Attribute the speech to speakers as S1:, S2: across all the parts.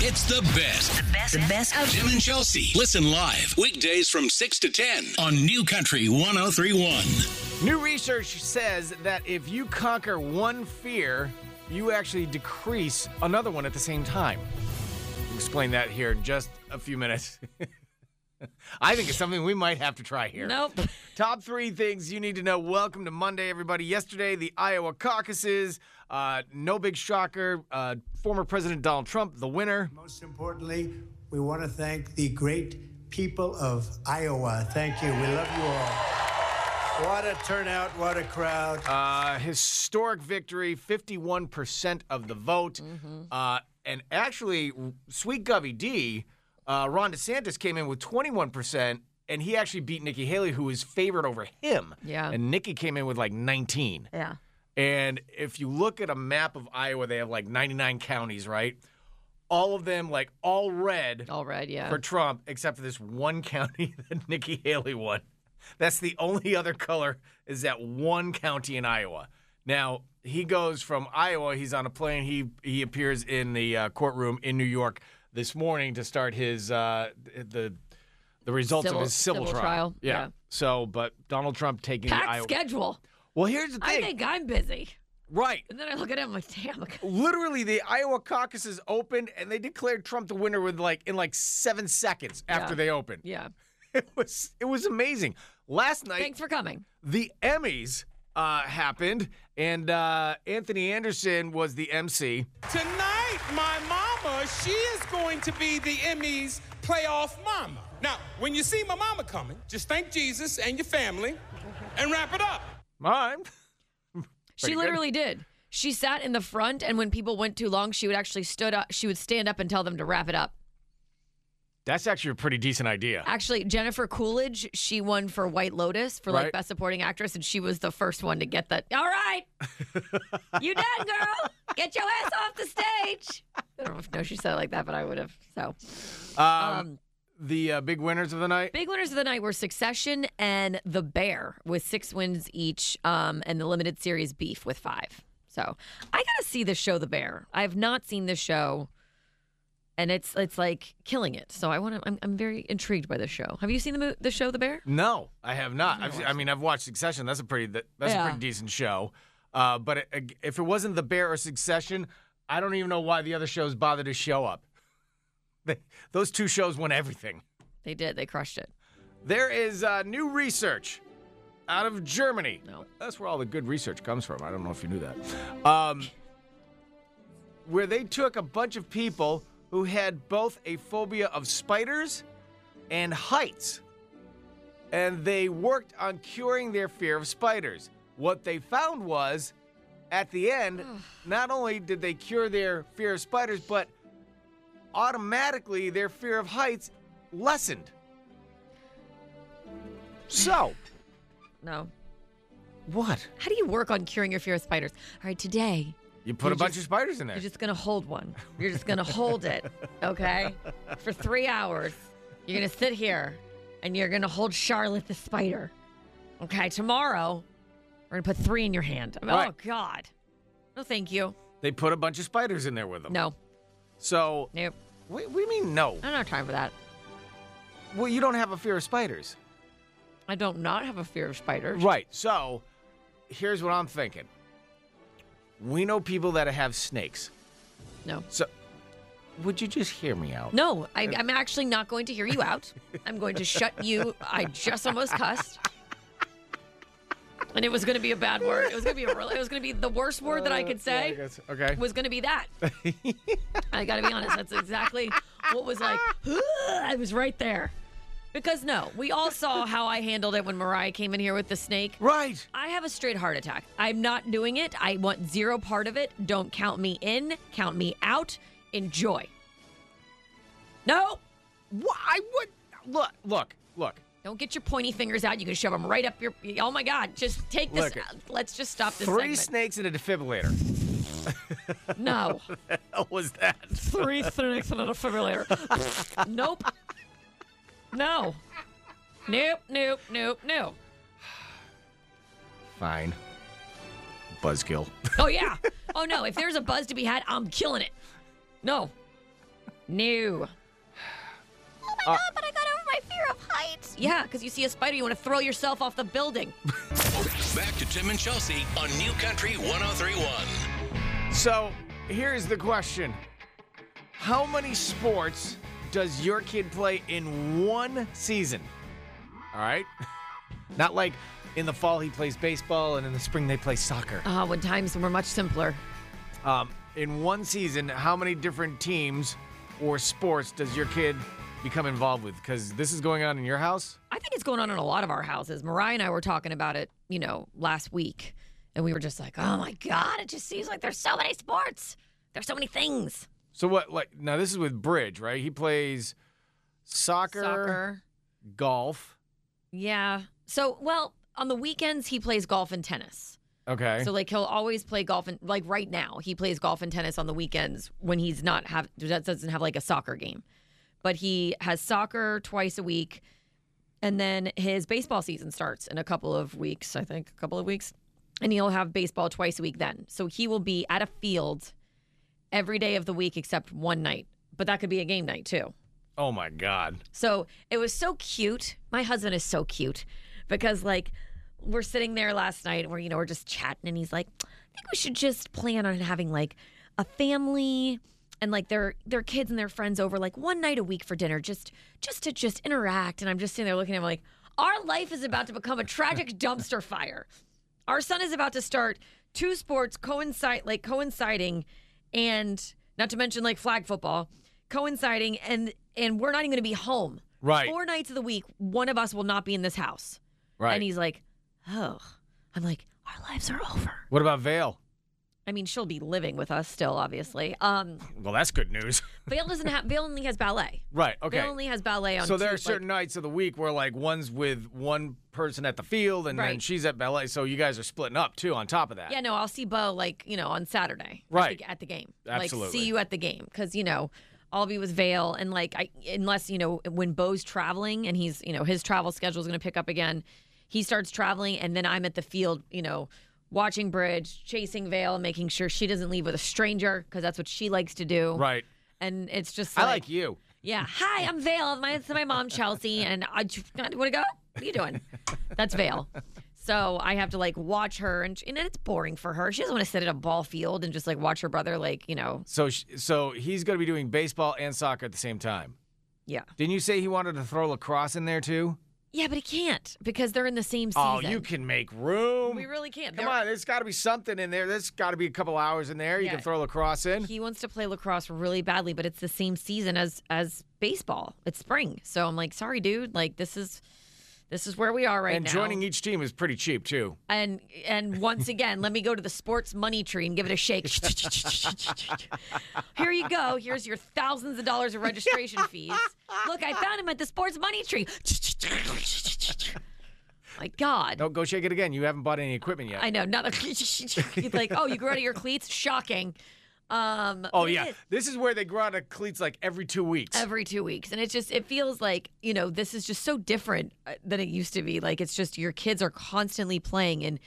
S1: It's the best.
S2: The best, the best of
S1: Jim and Chelsea. Listen live weekdays from 6 to 10 on New Country 1031.
S3: New research says that if you conquer one fear, you actually decrease another one at the same time. Explain that here in just a few minutes. I think it's something we might have to try here.
S4: Nope.
S3: Top three things you need to know. Welcome to Monday, everybody. Yesterday, the Iowa caucuses. Uh, no big shocker. Uh, former President Donald Trump, the winner.
S5: Most importantly, we want to thank the great people of Iowa. Thank you. We love you all. What a turnout, what a crowd.
S3: Uh, historic victory, 51% of the vote.
S4: Mm-hmm.
S3: Uh, and actually, Sweet Gubby D, uh, Ron DeSantis came in with 21%, and he actually beat Nikki Haley, who was favored over him.
S4: Yeah.
S3: And Nikki came in with like 19.
S4: Yeah.
S3: And if you look at a map of Iowa, they have like 99 counties, right? All of them, like all red
S4: All right. Yeah.
S3: for Trump, except for this one county that Nikki Haley won. That's the only other color is that one county in Iowa. Now he goes from Iowa. He's on a plane. He he appears in the uh, courtroom in New York this morning to start his uh, the the results
S4: Civil-
S3: of his civil,
S4: civil
S3: trial.
S4: trial,
S3: Yeah.
S4: yeah.
S3: So, but Donald Trump taking the
S4: Packed
S3: Iowa.
S4: schedule.
S3: Well, here's the
S4: I
S3: thing.
S4: think I'm busy.
S3: right.
S4: And then I look at him like, damn.
S3: Literally, the Iowa caucuses opened, and they declared Trump the winner with like in like seven seconds after
S4: Yeah.
S3: they opened.
S4: Yeah.
S3: It was it was amazing. Last night,
S4: Thanks for coming.
S3: the Emmys uh, happened, and uh, Anthony Anderson was the MC.
S6: Tonight, my mama, she is going to be the Emmy's playoff mama. Now, when you see my mama coming, just thank Jesus and your family and wrap it up.
S3: All right.
S4: she
S3: good.
S4: literally did. She sat in the front, and when people went too long, she would actually stood up. She would stand up and tell them to wrap it up.
S3: That's actually a pretty decent idea.
S4: Actually, Jennifer Coolidge, she won for White Lotus for
S3: Right.
S4: like best supporting actress, and she was the first one to get that. All right, you done, girl? Get your ass off the stage. I don't know if she said it like that, but I would have. So, um,
S3: The uh, big winners of the night.
S4: Big winners of the night were Succession and The Bear with six wins each, um, and the limited series Beef with five. So I gotta see the show The Bear. I have not seen the show, and it's it's like killing it. So I want to. I'm, I'm very intrigued by the show. Have you seen the mo- the show The Bear?
S3: No, I have not. I've, I mean, I've watched Succession. That's a pretty that, that's a
S4: Yeah.
S3: pretty decent show. Uh, but it, if it wasn't The Bear or Succession, I don't even know why the other shows bothered to show up. They, those two shows won everything.
S4: They did. They crushed it.
S3: There is uh, new research out of Germany.
S4: No.
S3: That's where all the good research comes from. I don't know if you knew that. Um, where they took a bunch of people who had both a phobia of spiders and heights, and they worked on curing their fear of spiders. What they found was at the end, not only did they cure their fear of spiders, but automatically their fear of heights lessened. So,
S4: No.
S3: what?
S4: How do you work on curing your fear of spiders? All right, today
S3: You put a bunch of spiders in there.
S4: you're just gonna hold one. You're just gonna hold it, okay, for three hours. You're gonna sit here, and you're gonna hold Charlotte the spider. Okay, tomorrow we're gonna put three in your hand. Oh
S3: Right.
S4: God, no, thank you.
S3: they put a bunch of spiders in there with them.
S4: No,
S3: So,
S4: nope.
S3: we, we mean no.
S4: I don't have time for that.
S3: Well, you don't have a fear of spiders.
S4: I don't not have a fear of spiders.
S3: Right. So, here's what I'm thinking. We know people that have snakes.
S4: No,
S3: So, would you just hear me out?
S4: no. I, I'm actually not going to hear you out. I'm going to shut you. I just almost cussed. And it was going to be a bad word. It was going to be a real, it was going to be the worst word that I
S3: Uh,
S4: could say.
S3: okay.
S4: was going to be that. I got to be honest. That's exactly what was like. I was right there. Because no, we all saw how I handled it when Mariah came in here with the snake.
S3: Right.
S4: I have a straight heart attack. I'm not doing it. I want zero part of it. Don't count me in, count me out. Enjoy. No,
S3: Wha I would look, look, look.
S4: don't get your pointy fingers out. You can shove them right up your. Oh my God, just take this.
S3: Look it.
S4: Let's just stop this.
S3: Three
S4: segment.
S3: snakes and a defibrillator.
S4: No.
S3: What was that?
S4: three snakes and a defibrillator. nope. No. Nope, nope, nope, nope.
S3: Fine. Buzzkill.
S4: Oh, yeah. Oh, no. If there's a buzz to be had, I'm killing it. No. New. Oh my god, but I got over my fear of heights. Yeah, because you see a spider, you want to throw yourself off the building.
S1: Back to Tim and Chelsea on New Country 1031.
S3: So here's the question How many sports does your kid play in one season? All right. Not like in the fall he plays baseball and in the spring they play soccer.
S4: Ah, when times were much simpler.
S3: Um, in one season, how many different teams or sports does your kid become involved with? Because this is going on in your house.
S4: I think it's going on in a lot of our houses. Mariah and I were talking about it, you know, last week, and we were just like, oh my God, it just seems like there's so many sports. There's so many things.
S3: So what? Like now, this is with Bridge, right? He plays soccer,
S4: Soccer.
S3: golf.
S4: Yeah. So, well, on the weekends, he plays golf and tennis.
S3: Okay.
S4: So, like, he'll always play golf and, like, right now, he plays golf and tennis on the weekends when he's not have, that doesn't have like a soccer game. But he has soccer twice a week. And then his baseball season starts in a couple of weeks, I think, a couple of weeks. And he'll have baseball twice a week then. So he will be at a field every day of the week except one night. But that could be a game night too.
S3: oh my God.
S4: So it was so cute. My husband is so cute because like we're sitting there last night and we're, you know, we're just chatting and he's like, I think we should just plan on having like a family and like their their kids and their friends over like one night a week for dinner just just to just interact and I'm just sitting there looking at him like our life is about to become a tragic dumpster fire. Our son is about to start two sports coincide like coinciding and not to mention like flag football coinciding and and we're not even going to be home.
S3: Right.
S4: Four nights of the week, one of us will not be in this house.
S3: Right.
S4: And he's like, "Oh." I'm like, "Our lives are over."
S3: what about Vale?
S4: I mean, she'll be living with us still, obviously. Um,
S3: Well, that's good news.
S4: Vale doesn't have. Vale only has ballet.
S3: right. Okay.
S4: Vale only has ballet on.
S3: so there
S4: two-
S3: are certain nights of the week where like one's with one person at the field and then
S4: Right.
S3: she's at ballet. So you guys are splitting up too. On top of that.
S4: Like, yeah, no, I'll see Bo like you know on Saturday. at the-
S3: Right.
S4: At the, game. Like
S3: Absolutely.
S4: see you at the game because you know I'll be with Vale and like I unless you know when Bo's traveling and he's you know his travel schedule is going to pick up again. He starts traveling and then I'm at the field. You know. Watching Bridge, chasing Vale, making sure she doesn't leave with a stranger because that's what she likes to do.
S3: Right.
S4: And it's just
S3: I like you.
S4: Yeah. Hi, I'm Vale. My it's my mom Chelsea, and I want to go. What are you doing? That's Vale. So I have to like watch her, and, and it's boring for her. She doesn't want to sit at a ball field and just like watch her brother, like you know.
S3: So sh- so he's going to be doing baseball and soccer at the same time.
S4: Yeah.
S3: Didn't you say he wanted to throw lacrosse in there too?
S4: Yeah, but he can't because they're in the same season.
S3: Oh, you can make room.
S4: We really can't.
S3: Come
S4: They're-
S3: on, there's got to be something in there. There's got to be a couple hours in there. You
S4: Yeah.
S3: can throw lacrosse in.
S4: He wants to play lacrosse really badly, but it's the same season as as baseball. It's spring, so I'm like, sorry, dude. Like this is this is where we are right
S3: and
S4: now.
S3: joining each team is pretty cheap too.
S4: and and once again, let me go to the sports money tree and give it a shake. Here you go. Here's your thousands of dollars of registration fees. Look, I found him at the sports money tree. My God.
S3: No, go shake it again. You haven't bought any equipment yet.
S4: I know. Not it's like, oh, you grew out of your cleats? Shocking. Um,
S3: oh
S4: but it
S3: yeah,
S4: is
S3: this is where they grow out of cleats like every two weeks.
S4: Every two weeks. And it's just, it feels like, you know, this is just so different uh, than it used to be. Like, it's just your kids are constantly playing in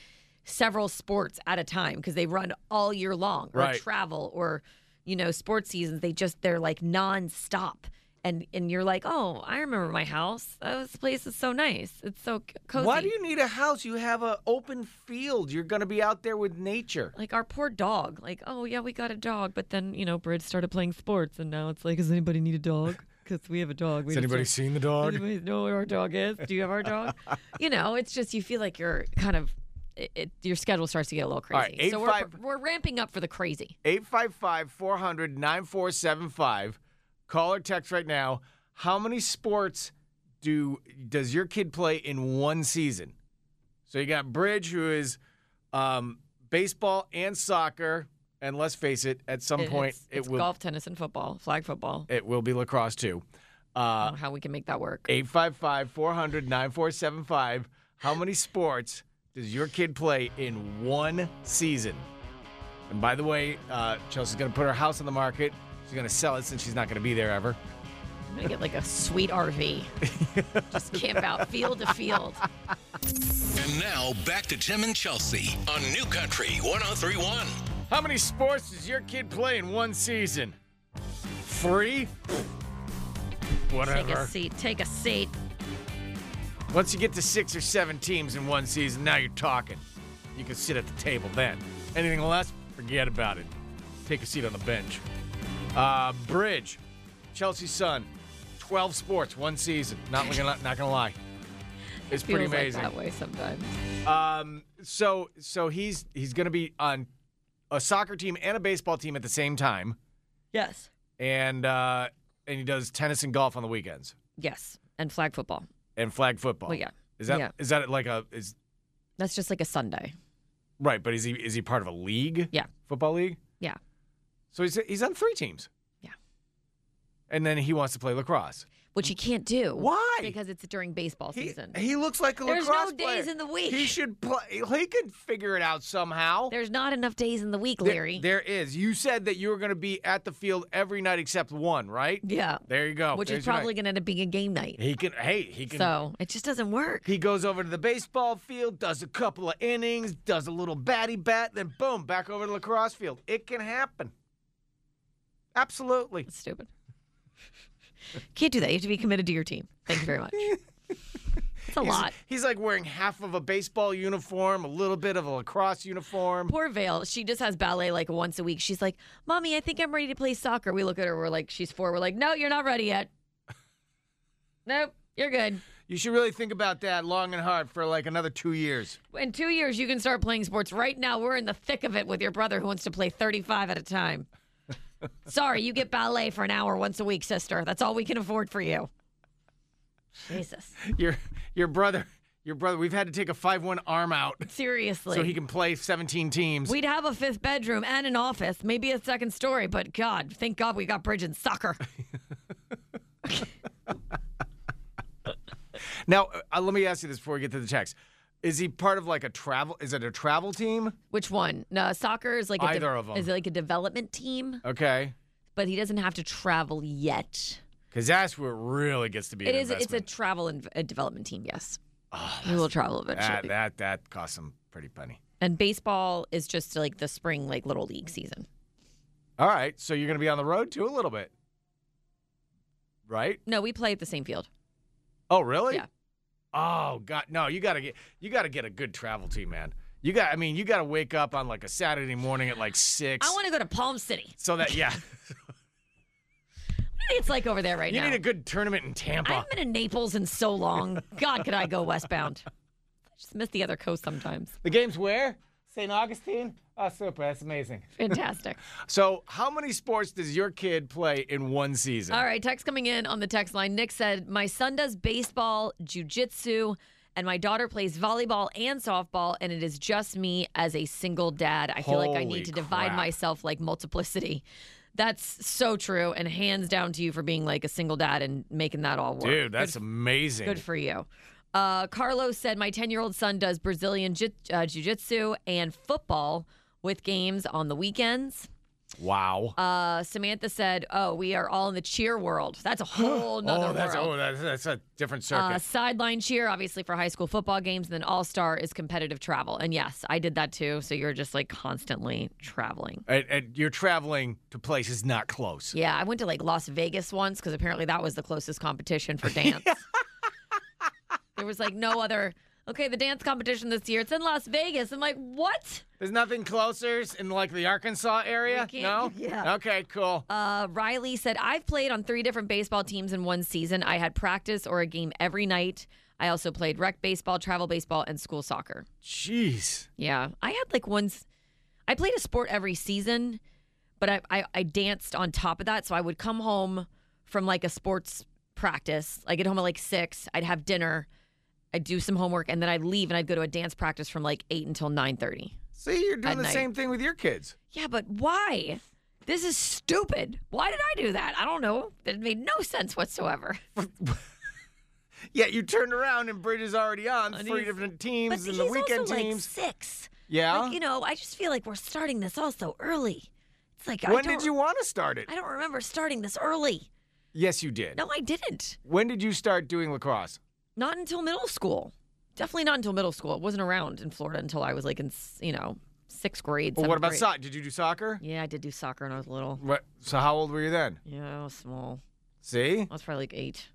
S4: several sports at a time because they run all year long or
S3: Right.
S4: travel or, you know, sports seasons. They just, they're like nonstop. And, and you're like, oh, I remember my house. Oh, this place is so nice. It's so c- cozy.
S3: Why do you need a house? You have an open field. You're going to be out there with nature.
S4: like our poor dog. Like, oh yeah, we got a dog, but then you know, Bridge started playing sports, and now it's like, does anybody need a dog? Because we have a dog. We just don't-
S3: seen the dog?
S4: Anybody know where our dog is? Do you have our dog? you know, it's just you feel like you're kind of. It, it, your schedule starts to get a little
S3: All right,
S4: crazy. so we're,
S3: 8-5
S4: we're ramping up for the crazy.
S3: 855 400 9475. Call or text right now. How many sports do does your kid play in one season? So you got Bridge, who is um, baseball and soccer, and let's face it, at some point
S4: it's,
S3: it
S4: it's
S3: will
S4: golf, tennis, and football, flag football.
S3: it will be lacrosse too.
S4: I
S3: Uh,
S4: don't know how we can make that work.
S3: 855 400 9475. How many sports does your kid play in one season? And by the way, uh, Chelsea's going to put her house on the market. She's going to sell it since she's not going to be there ever.
S4: I'm gonna get like a sweet RV, just camp out field to field.
S1: And now back to Tim and Chelsea on New Country 1031.
S3: How many sports does your kid play in one season? free?
S4: Take a
S3: Whatever.
S4: seat. Take a seat.
S3: Once you get to six or seven teams in one season, now you're talking. You can sit at the table then. Anything less, forget about it. Take a seat on the bench. Uh, Bridge, Chelsea Sun, 12 sports, one season. Not, looking, not, not gonna lie. It's pretty
S4: Feels like
S3: amazing.
S4: that way sometimes.
S3: Um, so so he's he's going to be on a soccer team and a baseball team at the same time,
S4: Yes.
S3: and uh, and he does tennis and golf on the weekends
S4: Yes. And flag football.
S3: and flag football.
S4: Well, yeah.
S3: Is that is
S4: Yeah.
S3: that like a is
S4: That's just like a Sunday.
S3: right? But is he is he part of a league?
S4: Yeah.
S3: football league.
S4: Yeah.
S3: So he's he's on three teams.
S4: Yeah.
S3: and then he wants to play lacrosse.
S4: Which you can't do.
S3: Why?
S4: Because it's during baseball
S3: He,
S4: season.
S3: he looks like a
S4: There's no
S3: lacrosse player.
S4: days in the week.
S3: He should play. He could figure it out somehow.
S4: There's not enough days in the week,
S3: There-
S4: Larry.
S3: there is. You said that you were going to be at the field every night except one, right?
S4: yeah.
S3: There you go.
S4: Which
S3: There's
S4: is
S3: your
S4: probably
S3: night.
S4: going to end up being a game night.
S3: he can. Hey, he can.
S4: So it just doesn't work.
S3: He goes over to the baseball field, does a couple of innings, does a little batty bat, then boom, back over to the lacrosse field. It can happen. Absolutely.
S4: It's stupid. Can't do that. You have to be committed to your team. Thank you very much. It's a
S3: He's-
S4: lot.
S3: He's like wearing half of a baseball uniform, a little bit of a lacrosse uniform.
S4: Poor Vale. She just has ballet like once a week. She's like, Mommy, I think I'm ready to play soccer. We look at her. We're like, She's four. We're like, No, you're not ready yet. Nope, you're good.
S3: You should really think about that long and hard for like another two years.
S4: In two years, you can start playing sports. Right now, we're in the thick of it with your brother who wants to play 35 at a time. Sorry, you get ballet for an hour once a week, sister. That's all we can afford for you. Jesus.
S3: Your your brother, your brother. We've had to take a five-one arm out.
S4: Seriously.
S3: so he can play 17 teams.
S4: We'd have a fifth bedroom and an office, maybe a second story, but God, thank God we got bridge and soccer.
S3: now, uh, let me ask you this before we get to the text. Is he part of like a travel? Is it a travel team?
S4: Which one? No, soccer is like a
S3: Either of 'em.
S4: is like a development team,
S3: Okay,
S4: but he doesn't have to travel yet.
S3: because that's where it really gets to be.
S4: It
S3: an
S4: is. It's a
S3: investment. Ah,
S4: travel and a development team. Yes, we will travel
S3: that,
S4: eventually.
S3: that that costs him pretty penny.
S4: And baseball is just like the spring, like little league season.
S3: All right, so you're going to be on the road too a little bit, right?
S4: No, we play at the same field.
S3: Oh, really?
S4: Yeah.
S3: Oh God, no! You got to get you got to get a good travel team, man. You got. I mean, you got to wake up on like a Saturday morning at like six.
S4: I want to go to Palm City.
S3: so that yeah,
S4: What do you think It's like over there right
S3: you
S4: now.
S3: need a good tournament in Tampa.
S4: I haven't been in Naples in so long. God, could I go westbound? I just miss the other coast sometimes.
S3: The game's where? St. Augustine? Oh, super. That's amazing.
S4: Fantastic.
S3: So, how many sports does your kid play in one season?
S4: All right, text coming in on the text line. Nick said, My son does baseball, jujitsu, and my daughter plays volleyball and softball, and it is just me as a single dad. I feel like I
S3: Holy
S4: need to divide
S3: crap.
S4: myself like multiplicity. That's so true, and hands down to you for being like a single dad and making that all work.
S3: Dude, that's amazing.
S4: Good for you. Uh, Carlos said, My 10 year old son does Brazilian jiu- uh, jiu jitsu and football with games on the weekends.
S3: wow.
S4: Uh, Samantha said, "Oh, we are all in the cheer world. That's a whole nother
S3: oh, that's,
S4: world.
S3: oh that's, that's a different circuit.
S4: uh, sideline cheer, obviously for high school football games, and then All Star is competitive travel. And yes, I did that too. So you're just like constantly traveling.
S3: and, and you're traveling to places not close.
S4: Yeah, I went to like Las Vegas once because apparently that was the closest competition for dance. there was like no other. Okay, the dance competition this year it's in Las Vegas. I'm like, what?
S3: There's nothing closer in like the Arkansas area?
S4: We
S3: No?
S4: can't- yeah.
S3: Okay, cool.
S4: Uh, Riley said, I've played on three different baseball teams in one season. I had practice or a game every night. I also played rec baseball, travel baseball, and school soccer.
S3: Jeez.
S4: Yeah. I had like once, I played a sport every season, but I, I, I danced on top of that. So I would come home from like a sports practice. I get home at like six, I'd have dinner, I'd do some homework, and then I'd leave and I'd go to a dance practice from like eight until 9.30.
S3: See, you're doing
S4: At
S3: the
S4: night.
S3: same thing with your kids.
S4: Yeah, but why? This is stupid. Why did I do that? I don't know. It made no sense whatsoever.
S3: Yeah, you turned around and Bridge is already on
S4: And
S3: three
S4: he's-
S3: different
S4: But
S3: teams
S4: he's
S3: and the weekend
S4: also
S3: teams.
S4: like six.
S3: yeah.
S4: Like, you know, I just feel like we're starting this all so early. It's like I
S3: when
S4: don't,
S3: did you want to start it?
S4: I don't remember starting this early.
S3: yes, you did.
S4: No, I didn't.
S3: When did you start doing lacrosse?
S4: Not until middle school. Definitely not until middle school. It wasn't around in Florida until I was like in, s- you know, sixth grade.
S3: Well, what
S4: seventh
S3: about
S4: grade.
S3: soccer? Did you do soccer?
S4: Yeah, I did do soccer when I was little.
S3: What? So how old were you then?
S4: Yeah, I was small.
S3: See,
S4: I was probably like eight.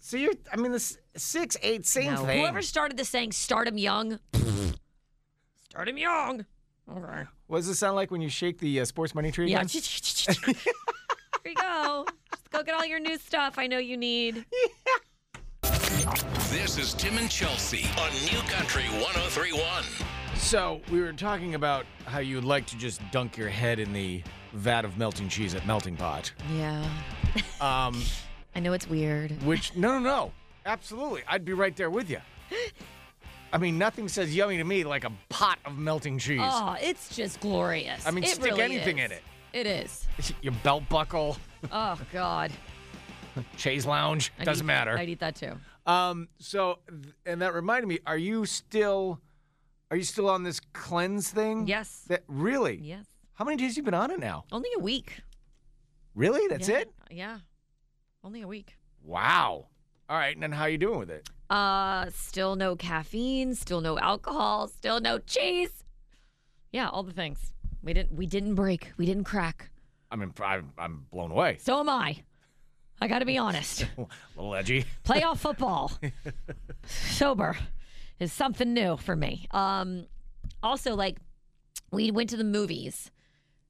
S3: see, you're. I mean, the s- six, eight, same
S4: No,
S3: thing.
S4: Whoever started the saying "start 'em young," start 'em young. Okay.
S3: What does it sound like when you shake the uh, sports money tree?
S4: Yeah.
S3: again?
S4: Here you go. Just go get all your new stuff. I know you need.
S1: This is Tim and Chelsea on New Country 1031.
S3: So we were talking about how you would like to just dunk your head in the vat of melting cheese at melting pot.
S4: Yeah.
S3: Um,
S4: I know it's weird.
S3: which no, no, no, absolutely, I'd be right there with you. I mean, nothing says yummy to me like a pot of melting cheese.
S4: Oh, it's just glorious.
S3: I mean,
S4: It
S3: stick
S4: really
S3: anything
S4: is.
S3: in it.
S4: It is.
S3: Your belt buckle,
S4: Oh God.
S3: chaise lounge,
S4: I'd
S3: doesn't
S4: eat-
S3: matter.
S4: I'd eat that too.
S3: Um, so, th- and that reminded me, are you still, are you still on this cleanse thing?
S4: Yes.
S3: That really?
S4: Yes.
S3: How many days you been on it now?
S4: Only a week.
S3: Really? That's
S4: Yeah.
S3: it?
S4: Yeah. Only a week.
S3: Wow. All right. And then how you doing with it?
S4: Uh, still no caffeine, still no alcohol, still no cheese. Yeah, all the things. We didn't we didn't break. We didn't crack.
S3: I mean, I'm, I'm blown away.
S4: So am I. I got to be honest.
S3: A little edgy.
S4: Playoff football sober is something new for me. Um also like we went to the movies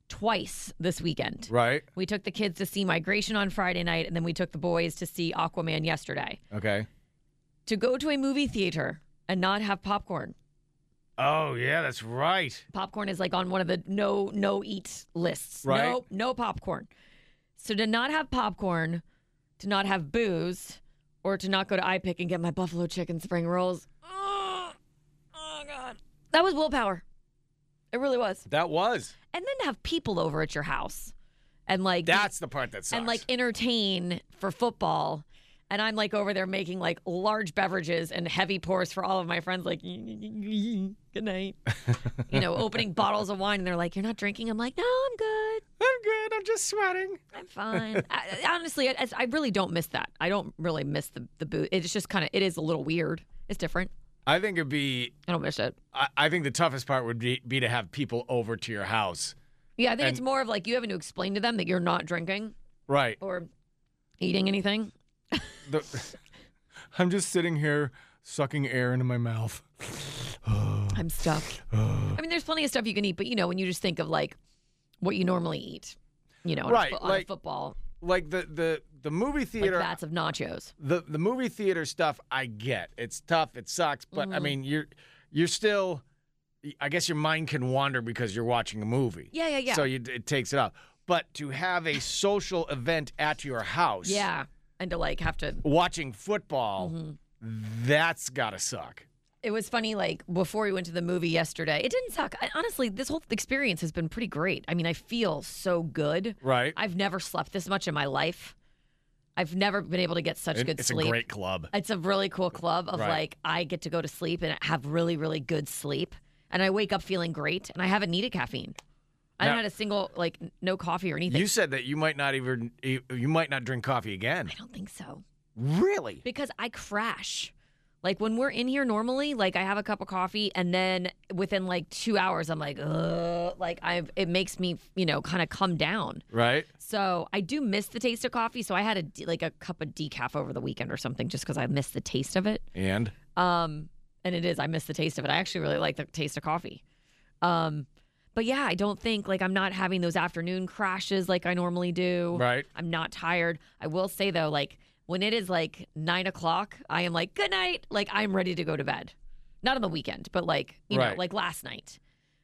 S4: twice this weekend.
S3: Right.
S4: We took the kids to see Migration on Friday night and then we took the boys to see Aquaman yesterday.
S3: Okay.
S4: To go to a movie theater and not have popcorn
S3: Oh, yeah, that's right.
S4: popcorn is like on one of the no no eat lists.
S3: Right.
S4: No no popcorn. So to not have popcorn, to not have booze, or to not go to iPick and get my buffalo chicken spring rolls. Oh, oh god. That was willpower. It really was.
S3: That was.
S4: And then to have people over at your house and like be-
S3: That's the part that sucks.
S4: and like entertain for football. And I'm like over there making like large beverages and heavy pours for all of my friends, like, good night. you know, opening bottles of wine. And they're like, you're not drinking? I'm like, no, I'm good.
S3: I'm good. I'm just sweating.
S4: I'm fine. I, I- honestly, I, I really don't miss that. I don't really miss the, the booze. It's just kind of, it is a little weird. It's different.
S3: I think it'd be,
S4: I don't miss it.
S3: I, I think the toughest part would be, be to have people over to your house.
S4: Yeah, I think it's
S3: And-
S4: more of like you having to explain to them that you're not drinking
S3: Right.
S4: or eating anything.
S3: The, I'm just sitting here sucking air into my mouth.
S4: I'm stuck. I mean, there's plenty of stuff you can eat, but you know, when you just think of like what you normally eat, you know, on a
S3: Right,
S4: fo- on a
S3: like
S4: football,
S3: Like the the the movie
S4: like
S3: theater
S4: bats of nachos.
S3: the the movie theater stuff I get. It's tough, it sucks, but
S4: Mm.
S3: I mean you're you're still I guess your mind can wander because you're watching a movie.
S4: Yeah, yeah, yeah.
S3: So you, it takes it out. But to have a social event at your house,
S4: Yeah. And to like have to,
S3: watching football,
S4: Mm-hmm.
S3: that's gotta suck.
S4: it was funny, like before we went to the movie yesterday, it didn't suck. I, honestly, this whole experience has been pretty great. I mean, I feel so good.
S3: Right.
S4: I've never slept this much in my life. I've never been able to get such
S3: It-
S4: good
S3: it's
S4: sleep.
S3: a great club.
S4: It's a really cool club of
S3: Right.
S4: like I get to go to sleep and have really really good sleep, and I wake up feeling great, and I haven't needed caffeine. I
S3: Now-
S4: haven't had a single like n- no coffee or anything.
S3: You said that you might not even you you might not drink coffee again.
S4: I don't think so
S3: Really?
S4: because I crash. Like when we're in here normally, like I have a cup of coffee, and then within like two hours, I'm like, Ugh, like I it makes me you know kind of come down.
S3: Right?
S4: So I do miss the taste of coffee. So I had a d- like a cup of decaf over the weekend or something, just because I miss the taste of it.
S3: And
S4: Um, and it is. I miss the taste of it. I actually really like the taste of coffee. Um, but yeah, I don't think like I'm not having those afternoon crashes like I normally do.
S3: Right.
S4: I'm not tired. I will say though, like when it is like nine o'clock, I am like good night. Like I'm ready to go to bed. Not on the weekend, but like you
S3: Right.
S4: know, like last night.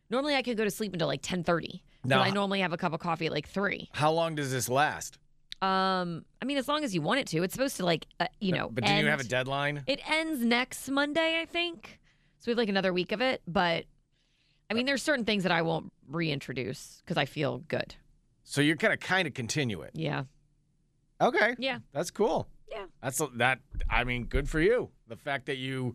S4: Normally I could go to sleep until like ten thirty.
S3: Now-
S4: I normally have a cup of coffee at like three.
S3: how long does this last?
S4: Um, I mean, as long as you want it to, it's supposed to like uh, you know.
S3: But do you have a
S4: end-
S3: deadline?
S4: it ends next Monday, I think. So we have like another week of it. But I mean, there's certain things that I won't reintroduce because I feel good.
S3: So you're gonna kind of continue it.
S4: Yeah.
S3: Okay.
S4: Yeah.
S3: That's cool.
S4: Yeah.
S3: That's that. I mean, good for you. The fact that you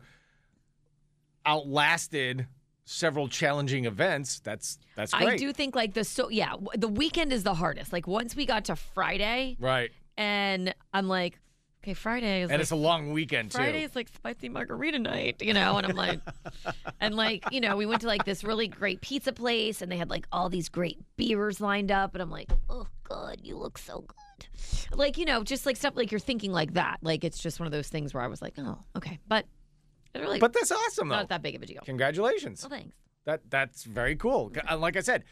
S3: outlasted several challenging events. That's that's great.
S4: I do think like the so yeah w- the weekend is the hardest. Like once we got to Friday
S3: Right.
S4: and I'm like, okay, Friday is
S3: And
S4: like,
S3: it's a long weekend, too.
S4: Friday's like spicy margarita night, you know, and I'm like, and like, you know, we went to like this really great pizza place and they had like all these great beers lined up. And I'm like, oh God, you look so good. Like, you know, just like stuff like you're thinking like that. Like, it's just one of those things where I was like, oh, okay. But it really,
S3: But that's awesome, though.
S4: not that big of a deal.
S3: Congratulations.
S4: Well, thanks.
S3: That that's very cool. And like I said,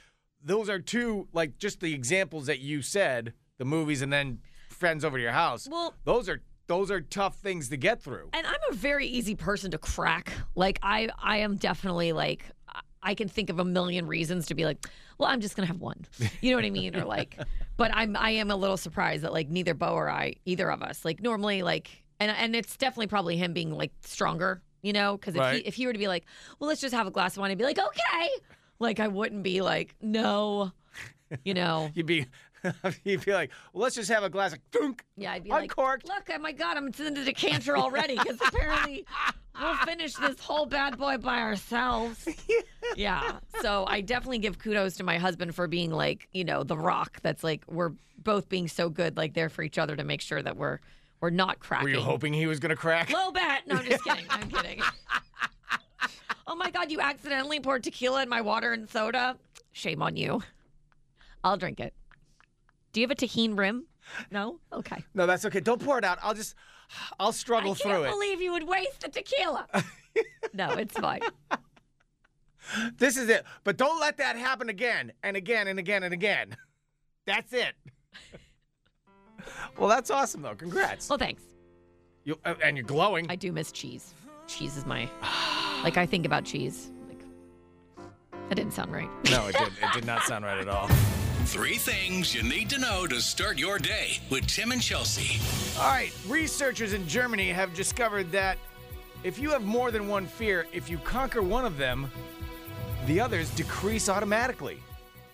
S3: those are two like just the examples that you said, the movies and then friends over to your house.
S4: Well-
S3: those are those are tough things to get through.
S4: and I'm a very easy person to crack. Like I, I am definitely like I- I can think of a million reasons to be like, well, I'm just gonna have one. You know what I mean? Or like, but I'm I am a little surprised that like neither Bo or I, either of us, like normally like, and and it's definitely probably him being like stronger, you know? Because if
S3: Right.
S4: he if he were to be like, well, let's just have a glass of wine, I'd be like, okay, like I wouldn't be like, no, you know?
S3: You'd be you'd be like, well, let's just have a glass of dunk.
S4: Yeah, I'd be
S3: Uncorked.
S4: like, look, oh my God, I'm in the decanter already because apparently we'll finish this whole bad boy by ourselves. yeah. So I definitely give kudos to my husband for being like, you know, the rock that's like, we're both being so good, like there for each other to make sure that we're we're not cracking.
S3: Were you hoping he was gonna crack?
S4: Low bet. No, I'm just kidding. I'm kidding. oh my God, you accidentally poured tequila in my water and soda. Shame on you. I'll drink it. Do you have a tahine rim? No? Okay.
S3: No, that's okay. Don't pour it out. I'll just I'll struggle
S4: I can't
S3: through it.
S4: believe you would waste a tequila. no, it's fine.
S3: This is it. But don't let that happen again and again and again and again. That's it. well, that's awesome though. Congrats.
S4: Well, thanks.
S3: You, uh, and you're glowing.
S4: I do miss cheese. Cheese is my like I think about cheese. Like that didn't sound right.
S3: No, it did. It did not sound right at all.
S1: Three things you need to know to start your day with Tim and Chelsea.
S3: All right, researchers in Germany have discovered that if you have more than one fear, if you conquer one of them, the others decrease automatically.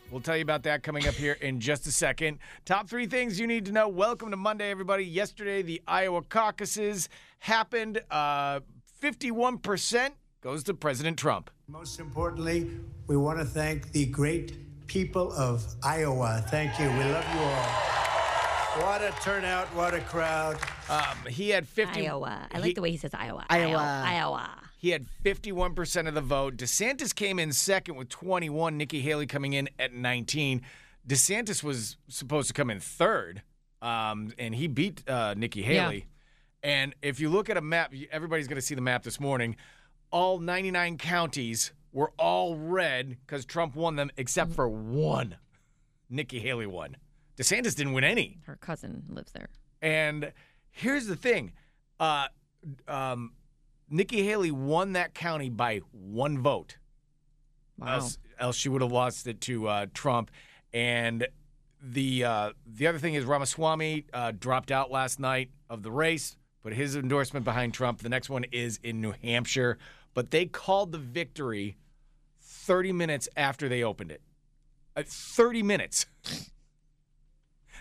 S3: We'll tell you about that coming up here in just a second. Top three things you need to know. Welcome to Monday, everybody. Yesterday, the Iowa caucuses happened. Uh, 51% goes to President Trump.
S5: Most importantly, we want to thank the great people of Iowa. Thank you. We love you all. What a turnout. What a crowd.
S3: Um, he had 50.
S4: Iowa. I
S3: he-
S4: like the way he says Iowa. Iowa. Iowa.
S3: He had 51% of the vote. DeSantis came in second with 21, Nikki Haley coming in at 19. DeSantis was supposed to come in third, um, and he beat uh, Nikki Haley. And if you look at a map, you- everybody's going to see the map this morning. All 99 counties were all red because Trump won them, except for one. Nikki Haley won. DeSantis didn't win any.
S4: Her cousin lives there.
S3: And here's the thing uh, um, Nikki Haley won that county by one vote.
S4: Wow.
S3: Else, else she would have lost it to uh, Trump. And the uh, the other thing is Ramaswamy uh, dropped out last night of the race, put his endorsement behind Trump. The next one is in New Hampshire, but they called the victory 30 minutes after they opened it. Uh, 30 minutes.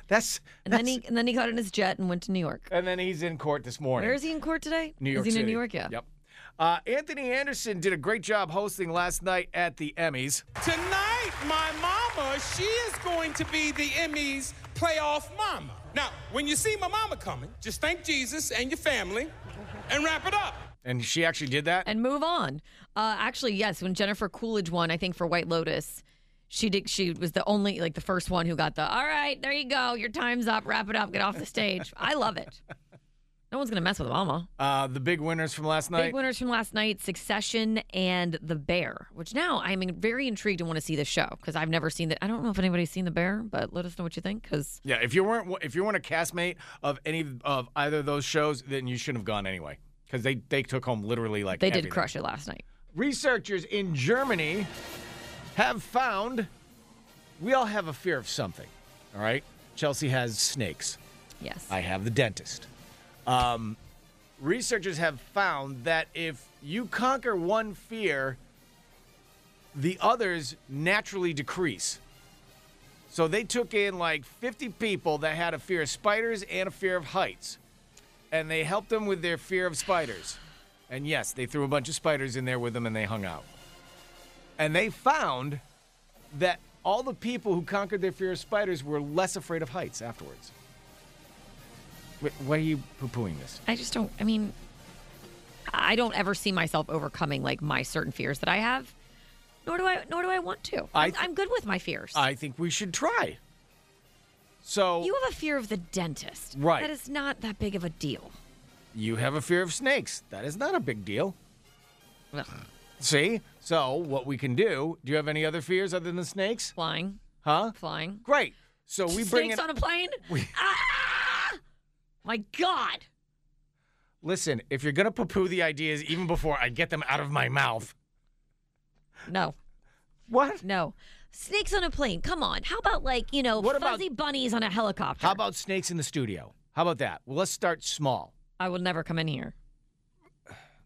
S3: That's
S4: and then he and then he got in his jet and went to New York.
S3: and then he's in court this morning.
S4: Where is he in court today?
S3: New
S4: is
S3: York
S4: he
S3: City.
S4: in New York? Yeah.
S3: Yep. Uh, Anthony Anderson did a great job hosting last night at the Emmys.
S6: Tonight, my mama, she is going to be the Emmys playoff mama. Now, when you see my mama coming, just thank Jesus and your family and wrap it up.
S3: And she actually did that.
S4: and move on. Uh, actually, yes, when Jennifer Coolidge won, I think for White Lotus, she did. She was the only, like, the first one who got the. All right, there you go. Your time's up. Wrap it up. Get off the stage. I love it. No one's gonna mess with Mama.
S3: Uh, the big winners from last night.
S4: Big winners from last night: Succession and The Bear. Which now I'm very intrigued and want to see the show because I've never seen that. I don't know if anybody's seen The Bear, but let us know what you think because
S3: yeah, if you weren't if you weren't a castmate of any of either of those shows, then you shouldn't have gone anyway because they they took home literally like
S4: they
S3: everything.
S4: did crush it last night.
S3: Researchers in Germany have found we all have a fear of something. All right, Chelsea has snakes.
S4: Yes.
S3: I have the dentist. Um, researchers have found that if you conquer one fear, the others naturally decrease. So they took in like 50 people that had a fear of spiders and a fear of heights, and they helped them with their fear of spiders. And yes, they threw a bunch of spiders in there with them and they hung out. And they found that all the people who conquered their fear of spiders were less afraid of heights afterwards. Wait, why are you poo pooing this?
S4: I just don't. I mean, I don't ever see myself overcoming like my certain fears that I have. Nor do I. Nor do I want to.
S3: I
S4: I
S3: th-
S4: I'm good with my fears.
S3: I think we should try. So
S4: you have a fear of the dentist.
S3: Right.
S4: That is not that big of a deal.
S3: you have a fear of snakes. That is not a big deal.
S4: Ugh.
S3: See? So what we can do? Do you have any other fears other than snakes?
S4: Flying.
S3: Huh?
S4: Flying.
S3: Great. So we bring
S4: Snakes
S3: it.
S4: on a plane. Ah! My God.
S3: Listen, if you're gonna poo poo the ideas even before I get them out of my mouth,
S4: No.
S3: what?
S4: No. Snakes on a plane. Come on. How about like you know
S3: What about-
S4: fuzzy bunnies on a helicopter?
S3: How about snakes in the studio? How about that? Well, let's start small.
S4: I will never come in here.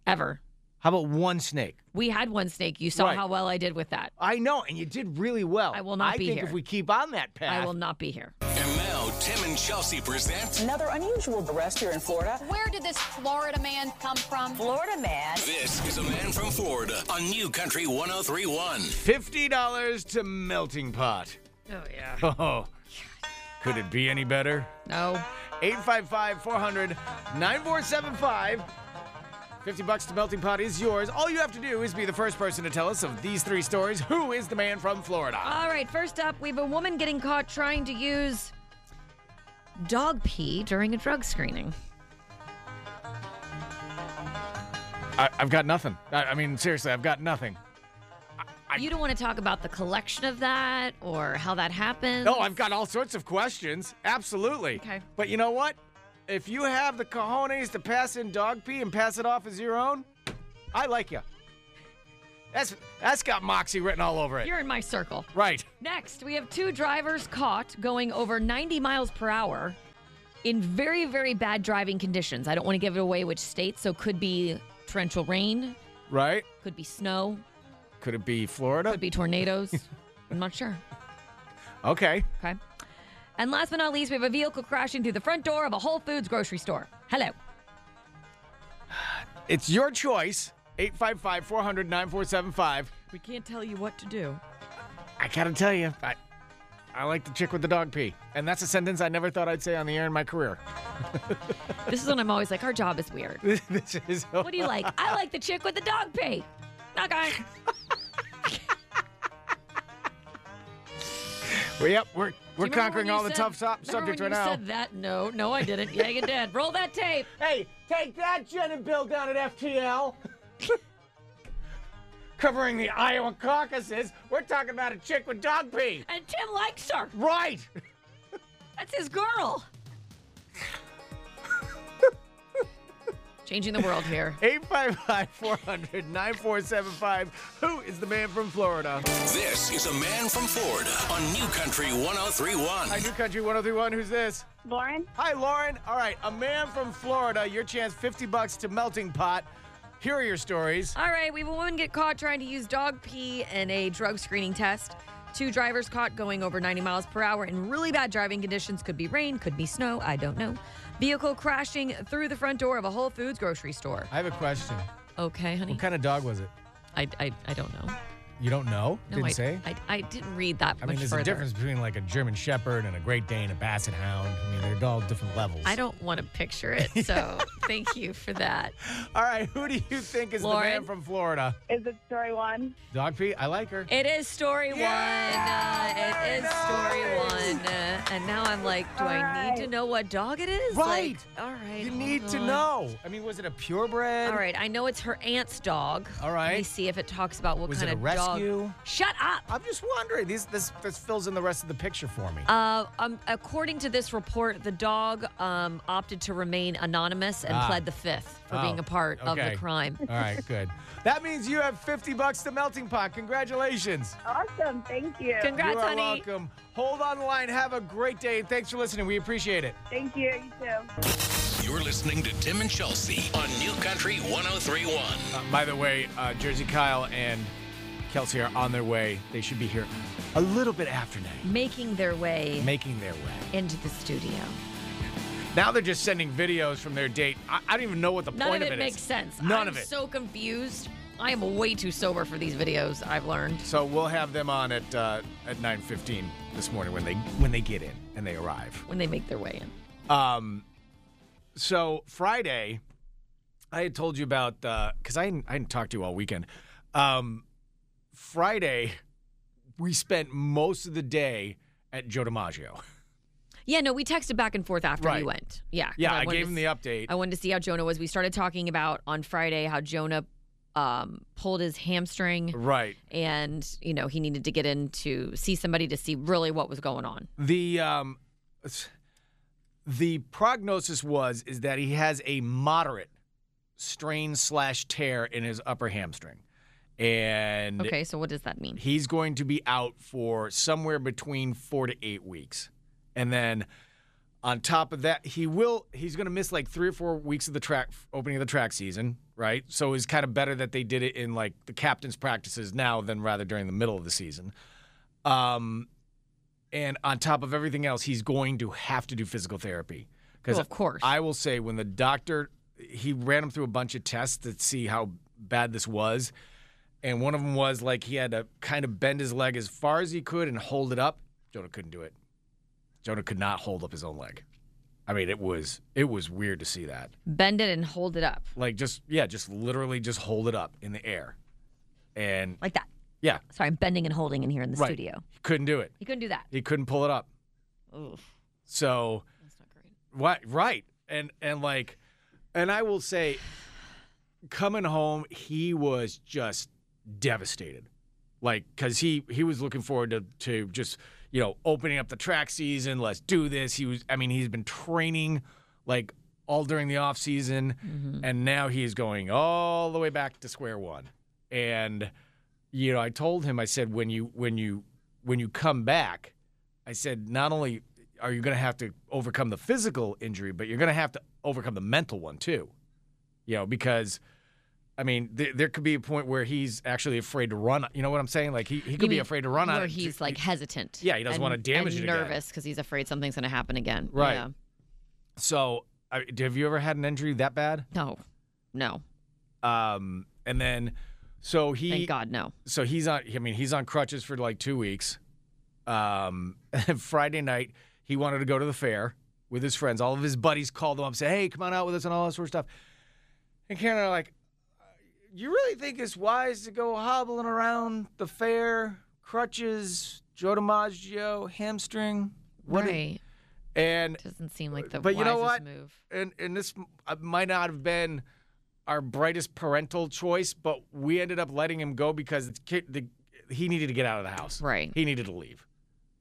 S4: Ever.
S3: How about one snake?
S4: We had one snake. You saw
S3: Right.
S4: how well I did with that.
S3: I know, and you did really well.
S4: I will not
S3: I
S4: be
S3: think
S4: here.
S3: if we keep on that path,
S4: I will not be here.
S1: And now, Tim and Chelsea present
S2: Another unusual arrest here in Florida.
S7: Where did this Florida man come from?
S2: Florida man.
S1: This is a Man from Florida on New Country 1031.
S3: fifty dollars to melting pot.
S4: Oh yeah.
S3: Oh, could it be any better?
S4: No.
S3: 855 400 9475. 50 bucks to Melting Pot is yours. All you have to do is be the first person to tell us of these three stories who is the man from Florida?
S4: All right, first up, we have a woman getting caught trying to use dog pee during a drug screening.
S3: I, I've got nothing. I, I mean, seriously, I've got nothing.
S4: you don't want to talk about the collection of that or how that happened.
S3: No, I've got all sorts of questions. Absolutely.
S4: Okay.
S3: But you know what? If you have the cojones to pass in dog pee and pass it off as your own, I like you. That's that's got moxie written all over it.
S4: You're in my circle.
S3: right.
S4: Next, we have two drivers caught going over 90 miles per hour in very, very bad driving conditions. I don't want to give it away which state, so could be torrential rain,
S3: Right.
S4: could be snow,
S3: Could it be Florida?
S4: could be tornadoes. I'm not sure.
S3: Okay.
S4: Okay. And last but not least, we have a vehicle crashing through the front door of a Whole Foods grocery store. Hello.
S3: It's your choice. 855 400 9475.
S4: We can't tell you what to do.
S3: I gotta tell you, I, I like the chick with the dog pee. And that's a sentence I never thought I'd say on the air in my career.
S4: This is when I'm always like, our job is weird.
S3: this is. oh,
S4: What do you like? I like the chick with the dog pee. Okay.
S3: Well, yep, we're,
S4: Do
S3: we're
S4: you remember
S3: conquering
S4: when you
S3: all the
S4: said-
S3: tough so-
S4: remember
S3: subjects
S4: when
S3: right
S4: you
S3: now.
S4: Said that? No, no, I didn't. Yeah, you did. Roll that tape.
S3: Hey, take that, Jen and Bill down at FTL. Covering the Iowa caucuses, we're talking about a chick with dog pee.
S4: And Tim likes her.
S3: Right.
S4: That's his girl. Changing the world here.
S3: 855 400 9475. Who is the man from Florida?
S1: This is a Man from Florida on New Country 1031.
S3: Hi, New Country 1031. Who's this?
S8: Lauren,
S3: Hi, Lauren. All right, a man from Florida. Your chance 50 bucks to Melting Pot. Here are your stories.
S4: All right, we have a woman get caught trying to use dog pee in a drug screening test. Two drivers caught going over 90 miles per hour in really bad driving conditions. Could be rain, could be snow, I don't know. Vehicle crashing through the front door of a Whole Foods grocery store.
S3: I have a question.
S4: Okay, honey.
S3: What kind of dog was it?
S4: I, I, I don't know.
S3: You don't know?
S4: No,
S3: Didn't
S4: I,
S3: say?
S4: I, I didn't read that
S3: I
S4: much
S3: mean, there's
S4: further.
S3: a difference between like a German Shepherd and a Great Dane, a Basset Hound. I mean, they're all different levels.
S4: I don't want to picture it, so thank you for that.
S3: All right, who do you think is the man
S4: Lauren?
S3: from Florida?
S8: is it story one?
S3: Dog Pete, I like her.
S4: It is story one. Uh, it is story
S3: nice.
S4: one. Uh, and now I'm like, do I need to
S8: Alright.
S4: know what dog it is?
S3: Right.
S4: Like, all right.
S3: You
S4: hold
S3: need to
S4: on.
S3: know. I mean, was it a purebred?
S4: All right, I know it's her aunt's dog.
S3: All
S4: Let me
S3: right.
S4: see if it talks about what
S3: Was
S4: kind
S3: it a
S4: of
S3: rescue?
S4: dog. Shut up.
S3: I'm just wondering. These, this this fills in the rest of the picture for me.
S4: Uh, um, according to this report, the dog um, opted to remain anonymous and
S3: Ah.
S4: pled the fifth for being
S3: Oh,
S4: a part of
S3: okay.
S4: the crime.
S3: All right, good. That means you have 50 bucks to Melting Pot. Congratulations.
S8: Awesome, thank you.
S4: Congrats,
S3: you are
S4: honey.
S3: welcome. Hold on the line. Have a great day. Thanks for listening. We appreciate it.
S8: Thank you, you too.
S1: You're listening to Tim and Chelsea on New Country 1031.
S3: Uh, by the way, uh, Jersey Kyle and Kelsey are on their way. They should be here a little bit after nine,
S4: making their way
S3: making their way.
S4: into the studio.
S3: Now they're just sending videos from their date. I, I don't even know what the
S4: None
S3: point
S4: of it,
S3: of
S4: makes
S3: is.
S4: sense.
S3: None
S4: I'm
S3: of it.
S4: so confused. I am way too sober for these videos. I've learned.
S3: So we'll have them on at uh, at 9:15 this morning when they when they get in and they arrive.
S4: when they make their way in.
S3: Um, so Friday, I had told you about because I hadn't, I hadn't talked to you all weekend. Um, Friday, we spent most of the day at Joe DiMaggio.
S4: Yeah, no, we texted back and forth after we
S3: Right.
S4: went. Yeah. 'cause
S3: Yeah, I,
S4: wanted
S3: gave
S4: to
S3: him the
S4: s-
S3: update.
S4: I wanted to see how Jonah was. We started talking about on Friday how Jonah um, pulled his hamstring
S3: right.
S4: and, you know, he needed to get in to see somebody to see really what was going on.
S3: The um, s- the prognosis was is that he has a moderate strain slash tear in his upper hamstring, and
S4: Okay, so what does that mean?
S3: he's going to be out for somewhere between four to eight weeks, and then on top of that, he will he's going to miss like three or four weeks of the track opening of the track season, right? So it's kind of better that they did it in like the captain's practices now than rather during the middle of the season. Um, and on top of everything else, he's going to have to do physical therapy because
S4: Well, of course.
S3: I will say when the doctor he ran him through a bunch of tests to see how bad this was. And one of them was like he had to kind of bend his leg as far as he could and hold it up. Jonah couldn't do it. Jonah could not hold up his own leg. I mean, it was it was weird to see that.
S4: Bend it and hold it up
S3: Like just yeah, just literally just hold it up in the air, and
S4: like that.
S3: yeah,
S4: Sorry, I'm bending and holding in here in the
S3: right.
S4: studio.
S3: He couldn't do it.
S4: He couldn't do that.
S3: He couldn't pull it up. So
S4: That's not great.
S3: Right, right. And and like and I will say coming home he was just devastated. Like cuz he he was looking forward to to just, you know, opening up the track season, let's do this. He was I mean, he's been training like all during the off season
S4: Mm-hmm.
S3: and now he is going all the way back to square one. And you know, I told him I said when you when you when you come back I said, not only are you going to have to overcome the physical injury, but you're going to have to overcome the mental one too. You know, because I mean, th- there could be a point where he's actually afraid to run. You know what I'm saying? Like he, he could be
S4: mean
S3: afraid to run on
S4: Where
S3: it.
S4: he's like hesitant.
S3: Yeah, he doesn't
S4: and-
S3: wanna damage
S4: and
S3: it again.
S4: nervous because he's afraid something's going to happen again.
S3: Right.
S4: Yeah.
S3: So, I, have you ever had an injury that bad?
S4: No, no.
S3: Um, and then, so he
S4: Thank God, no.
S3: so he's on i mean he's on crutches for like two weeks um friday night he wanted to go to the fair with his friends all of his buddies called him up and said hey come on out with us and all that sort of stuff and karen and i are like you really think it's wise to go hobbling around the fair crutches joe dimaggio hamstring what
S4: right.
S3: and
S4: Doesn't seem like the
S3: But you
S4: wisest
S3: know what?
S4: move.
S3: and and this m- uh, might not have been our brightest parental choice, but we ended up letting him go because the kid, the, he needed to get out of the house.
S4: Right.
S3: He needed to leave.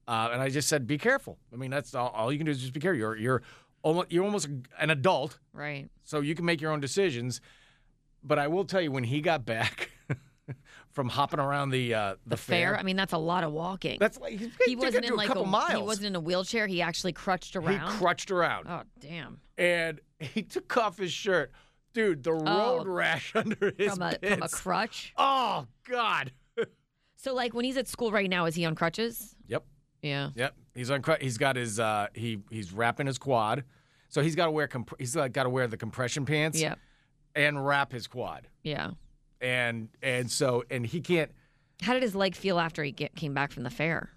S3: Uh, and I just said, be careful. I mean, that's all, all you can do is just be careful. You're you're almost you're almost an adult,
S4: Right.
S3: so you can make your own decisions. But I will tell you, when he got back from hopping around the uh, the,
S4: The fair. I mean, that's a lot of walking.
S3: that's like he's
S4: he wasn't in
S3: a
S4: like
S3: couple miles.
S4: he wasn't in a wheelchair. He actually crutched
S3: He
S4: around.
S3: crutched around.
S4: oh damn!
S3: and he took off his shirt. Dude, the road rash under his
S4: Oh, From a from a
S3: pants.
S4: crutch.
S3: Oh God.
S4: So like when he's at school right now, is he on crutches?
S3: Yep.
S4: Yeah.
S3: Yep. He's on. cru- He's got his. Uh, he he's wrapping his quad, so he's got to wear. Comp- he's like, got to wear the compression pants.
S4: Yep.
S3: And wrap his quad,
S4: Yeah.
S3: and and so and he can't.
S4: How did his leg feel after he get, came back from the fair?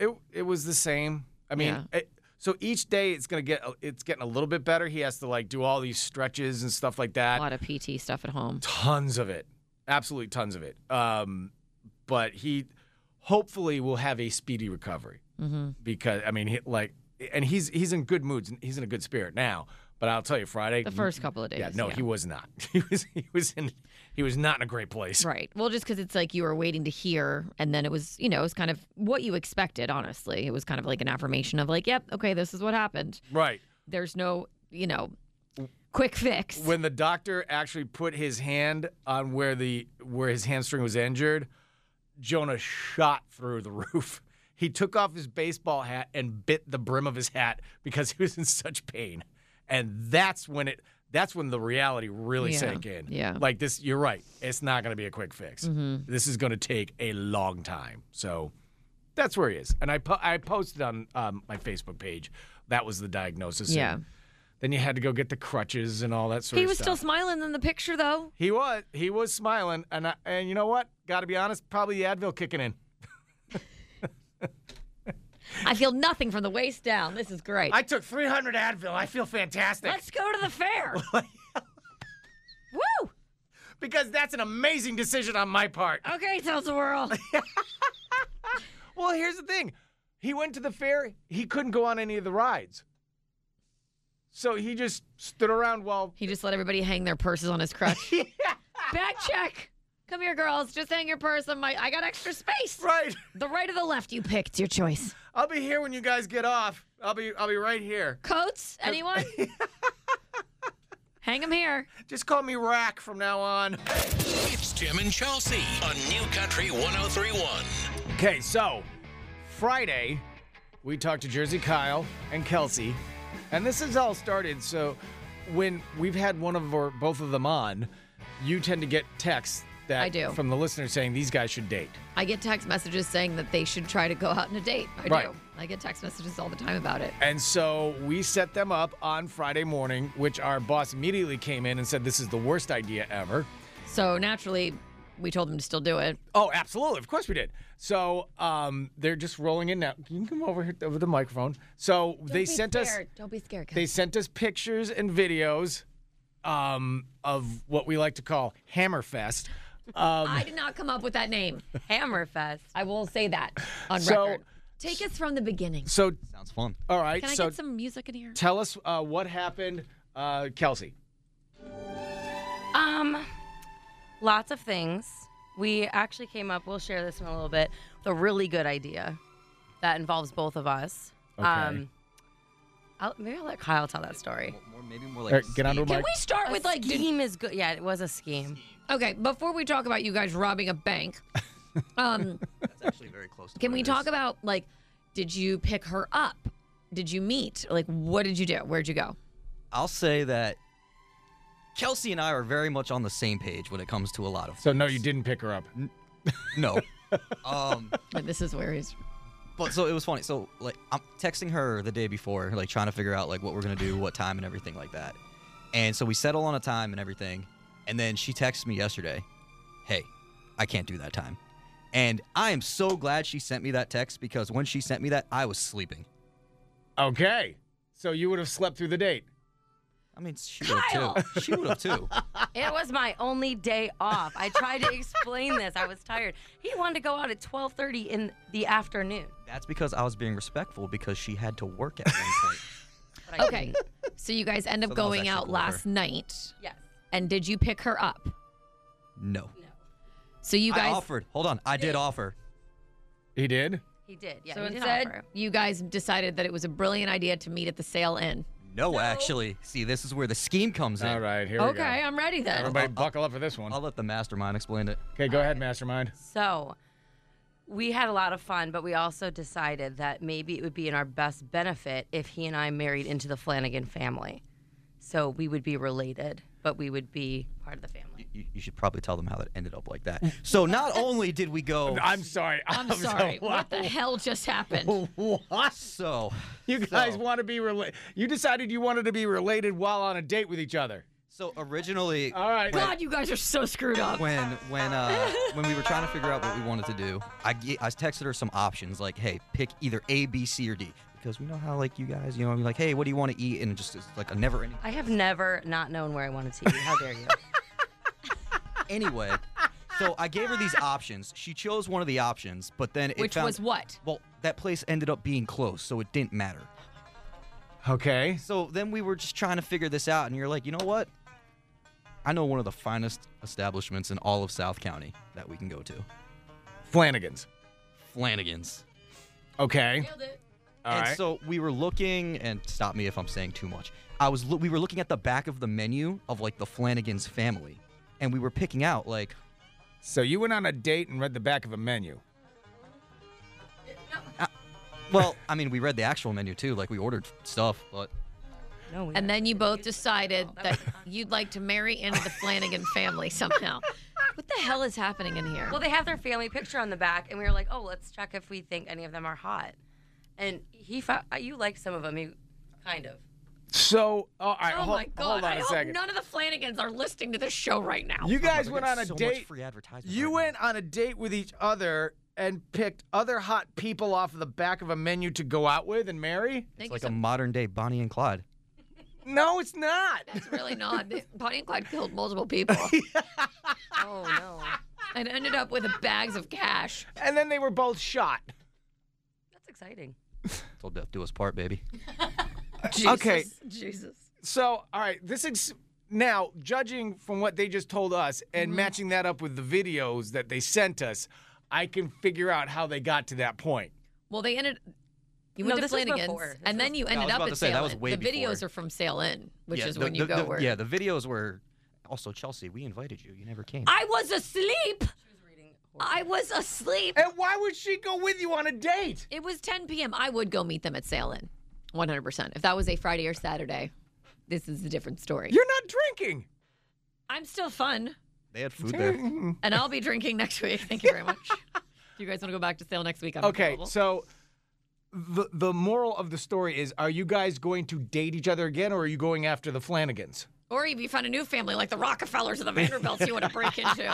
S3: It it was the same. I mean.
S4: Yeah.
S3: It, so each day it's gonna get it's getting a little bit better. He has to like do all these stretches and stuff like that.
S4: A lot of PT stuff at home.
S3: tons of it absolutely tons of it um, but he hopefully will have a speedy recovery
S4: Mm-hmm.
S3: because i mean he, like and he's he's in good moods and he's in a good spirit now but i'll tell you friday
S4: The first couple of days.
S3: Mm-hmm. yeah no he was not he was he was in he was not in a great place
S4: Right. Well, just because it's like you were waiting to hear, and then it was, you know, it was kind of what you expected. Honestly, it was kind of like an affirmation of like, yep, okay, this is what happened.
S3: right
S4: There's no, you know, quick fix.
S3: when the doctor actually put his hand on where the where his hamstring was injured, Jonah shot through the roof. He took off his baseball hat and bit the brim of his hat because he was in such pain. And that's when it that's when the reality really
S4: Yeah,
S3: sank in.
S4: yeah. Mm-hmm.
S3: Like this you're right. It's not going to be a quick fix. This is going to take a long time. So that's where he is. And I po- I posted on um, my Facebook page that was the diagnosis. and
S4: Yeah.
S3: Then you had to go get the crutches and all that sort
S4: He
S3: of
S4: was
S3: stuff.
S4: still smiling in the picture, though.
S3: He was. He was smiling, and I, and you know what? Got to be honest, probably the Advil kicking in.
S4: I feel nothing from the waist down. This is great.
S3: I took 300 Advil. I feel fantastic.
S4: Let's go to the fair. Woo!
S3: Because that's an amazing decision on my part.
S4: Okay, tells the world.
S3: Well, here's the thing. He went to the fair. He couldn't go on any of the rides. So he just stood around while
S4: He just let everybody hang their purses on his crutch. Bag check. Come here, girls. Just hang your purse on my. I got extra space.
S3: right.
S4: The right or the left, you pick. It's your choice.
S3: I'll be here when you guys get off. I'll be I'll be right here.
S4: Coats? Anyone? hang them here.
S3: Just call me Rack from now on.
S1: It's Tim and Chelsea on New Country 1031.
S3: Okay, so Friday, we talked to Jersey Kyle and Kelsey, and this has all started. So when we've had one of or both of them on, you tend to get texts that
S4: I do.
S3: from the listener saying these guys should date.
S4: I get text messages saying that they should try to go out on a date. I
S3: Right.
S4: do. I get text messages all the time about it.
S3: And so we set them up on Friday morning, which our boss immediately came in and said, This is the worst idea ever.
S4: So naturally, we told them to still do it.
S3: Oh, absolutely. Of course we did. So um, they're just rolling in now. You can come over here over the microphone. So they sent us
S4: Don't be scared.
S3: they sent us pictures and videos um, of what we like to call Hammerfest. Um,
S4: I did not come up with that name. Hammerfest. I will say that on
S3: So-
S4: record. Take us from the beginning.
S3: so
S9: Sounds fun.
S3: all right.
S4: Can I
S3: so
S4: get some music in here?
S3: tell us uh, what happened, uh, Kelsey.
S10: Um, lots of things. We actually came up. We'll share this in a little bit. With a really good idea that involves both of us.
S3: Okay.
S10: I'll, maybe I'll let Kyle tell that story.
S9: More, maybe more
S3: All
S9: like.
S3: right, get onto a
S4: Can
S3: mic.
S4: we start with like did-
S10: scheme is good. Yeah, it was a scheme.
S4: Okay, before we talk about you guys robbing a bank, um,
S9: That's actually very close. To
S4: can
S9: what
S4: we
S9: it
S4: talk
S9: is.
S4: about like did you pick her up? Did you meet? Like what did you do? Where'd you go?
S9: I'll say that Kelsey and I are very much on the same page when it comes to a lot of.
S3: so no, you didn't pick her up.
S9: no. um,
S4: And this is where he's
S9: but so it was funny. So like I'm texting her the day before, like trying to figure out like what we're gonna do, what time, and everything like that. And so we settle on a time and everything. And then she texts me yesterday, "Hey, I can't do that time." And I am so glad she sent me that text because when she sent me that, I was sleeping.
S3: Okay. So you would have slept through the date.
S9: I mean, she would have too. She would have too.
S10: It was my only day off. I tried to explain this. I was tired. He wanted to go out at 12:30 in the afternoon.
S9: That's because I was being respectful because she had to work at one point.
S10: But I
S4: Okay. So you guys end up
S9: So that was
S4: going
S9: actually
S4: out
S9: cool of her.
S4: last night.
S10: Yes.
S4: And did you pick her up?
S9: No.
S4: So you
S9: I
S4: guys
S9: offered. Hold on. I did offer.
S3: He did.
S10: He did. Yeah.
S4: So
S10: he did
S4: instead
S10: offer.
S4: you guys decided that it was a brilliant idea to meet at the sale inn.
S9: No, actually. See, this is where the scheme comes in.
S3: All right. Here we go.
S4: Okay, I'm ready then.
S3: Everybody, buckle up for this one.
S9: I'll let the mastermind explain it.
S3: Okay, go ahead, Mastermind.
S10: So we had a lot of fun, but we also decided that maybe it would be in our best benefit if he and I married into the Flanagan family. So we would be related, but we would be part of the family.
S9: You, you should probably tell them how that ended up like that. So not only did we go,
S3: I'm sorry.
S4: I'm sorry. What the hell just happened?
S3: What?
S9: so
S3: You guys
S9: So-
S3: want to be related? You decided you wanted to be related while on a date with each other.
S9: so originally
S4: Uh,
S3: All right.
S4: God, you guys are so screwed up.
S9: when when uh, when we were trying to figure out what we wanted to do, I ge- I texted her some options like, hey, pick either A, B, C, or D because we know how like you guys, you know, you're like, hey, what do you want to eat, and just it's like a never ending.
S10: I have never not known where I wanted to eat. How dare you?
S9: Anyway, so I gave her these options. She chose one of the options, but then it
S4: Which
S9: found-
S4: was what?
S9: Well, that place ended up being closed, so it didn't matter.
S3: Okay.
S9: So then we were just trying to figure this out, and you're like, you know what? I know one of the finest establishments in all of South County that we can go to
S3: Flanagan's.
S9: Flanagan's.
S3: Okay. All
S9: and
S3: right.
S9: so we were looking, and stop me if I'm saying too much. I was loo- we were looking at the back of the menu of like the Flanagan's family, and we were picking out like
S3: So you went on a date and read the back of a menu.
S9: Well, I mean, we read the actual menu too. Like we ordered stuff, but
S10: No, we
S4: And then you both decided that you'd like to marry into the Flanagan family somehow. What the hell is happening in here?
S10: Well, they have their family picture on the back, and we were like, "Oh, let's check if we think any of them are hot." And he found you like some of them, you kind of.
S3: So, all right.
S4: oh
S3: hold,
S4: my
S3: hold
S4: god!
S3: on
S4: I
S3: a
S4: hope
S3: second.
S4: none of the Flanagans are listening to this show right now.
S3: you guys
S9: I
S3: went
S9: got
S3: on a
S9: so much
S3: date.
S9: free advertisement
S3: You
S9: right
S3: went on a date with each other and picked other hot people off of the back of a menu to go out with and marry?
S4: Thank
S9: It's like
S4: you
S9: a
S4: so
S9: modern day Bonnie and Clyde.
S3: No, it's not.
S4: It's really not. Bonnie and Clyde killed multiple people
S10: Oh no.
S4: and ended up with bags of cash.
S3: And then they were both shot.
S10: That's exciting.
S9: Till death do us part, baby.
S4: Jesus.
S3: Okay.
S4: Jesus.
S3: So, all right, this ex- now judging from what they just told us and
S9: Mm-hmm.
S3: matching that up with the videos that they sent us, I can figure out how they got to that point.
S4: Well, they ended. You went
S10: No,
S4: to
S10: this was
S4: Flanagan's,
S10: before. This
S4: and then you
S9: I
S4: ended
S9: was
S4: up
S9: about
S4: at
S9: to say, that
S4: Sail
S9: was
S4: Inn.
S9: way
S4: The videos
S9: before.
S4: are from Sail Inn, which
S9: yeah,
S4: is
S9: the,
S4: when you
S9: the-
S4: go
S9: the-
S4: where.
S9: Yeah, the videos were also Chelsea. We invited you. You never came.
S4: I was asleep.
S10: Ah,
S4: I was asleep.
S3: And why would she go with you on a date?
S4: It was 10 p.m. I would go meet them at Sail Inn, 100%. If that was a Friday or Saturday, this is a different story.
S3: You're not drinking.
S4: I'm still fun,
S9: they had food there.
S4: and I'll be drinking next week. Thank you very much. Do you guys want to go back to Sail next week? I'm
S3: Okay,
S4: available.
S3: so the the moral of the story is: Are you guys going to date each other again, or are you going after the Flanagans?
S4: Or if you find a new family like the Rockefellers or the Vanderbilts you want to break into.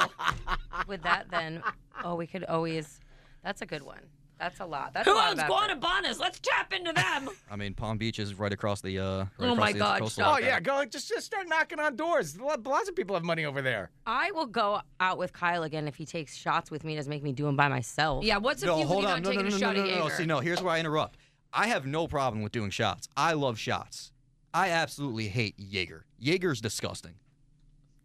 S10: With that then, oh we could always that's a good one. That's a lot. That's a
S4: Who
S10: lot
S4: owns
S10: of effort.
S4: Guanabanas? Let's tap into them.
S9: I mean, Palm Beach is right across the. Uh, right
S4: Oh
S9: across
S4: my
S9: the
S4: God,
S9: coastline.
S4: stop.
S3: Oh yeah, go just just start knocking on doors. Lo- Lots of people have money over there.
S10: I will go out with Kyle again if he takes shots with me. Doesn't make me do them by myself.
S4: Yeah, what's if
S9: No,
S4: you
S9: hold
S4: you're
S9: on.
S4: not
S9: No, no,
S4: taking
S9: no,
S4: a
S9: no,
S4: shot
S9: no,
S4: at
S9: no, no.
S4: Jaeger?
S9: See, no. Here's where I interrupt. I have no problem with doing shots. I love shots. I absolutely hate Jaeger. Jaeger's disgusting.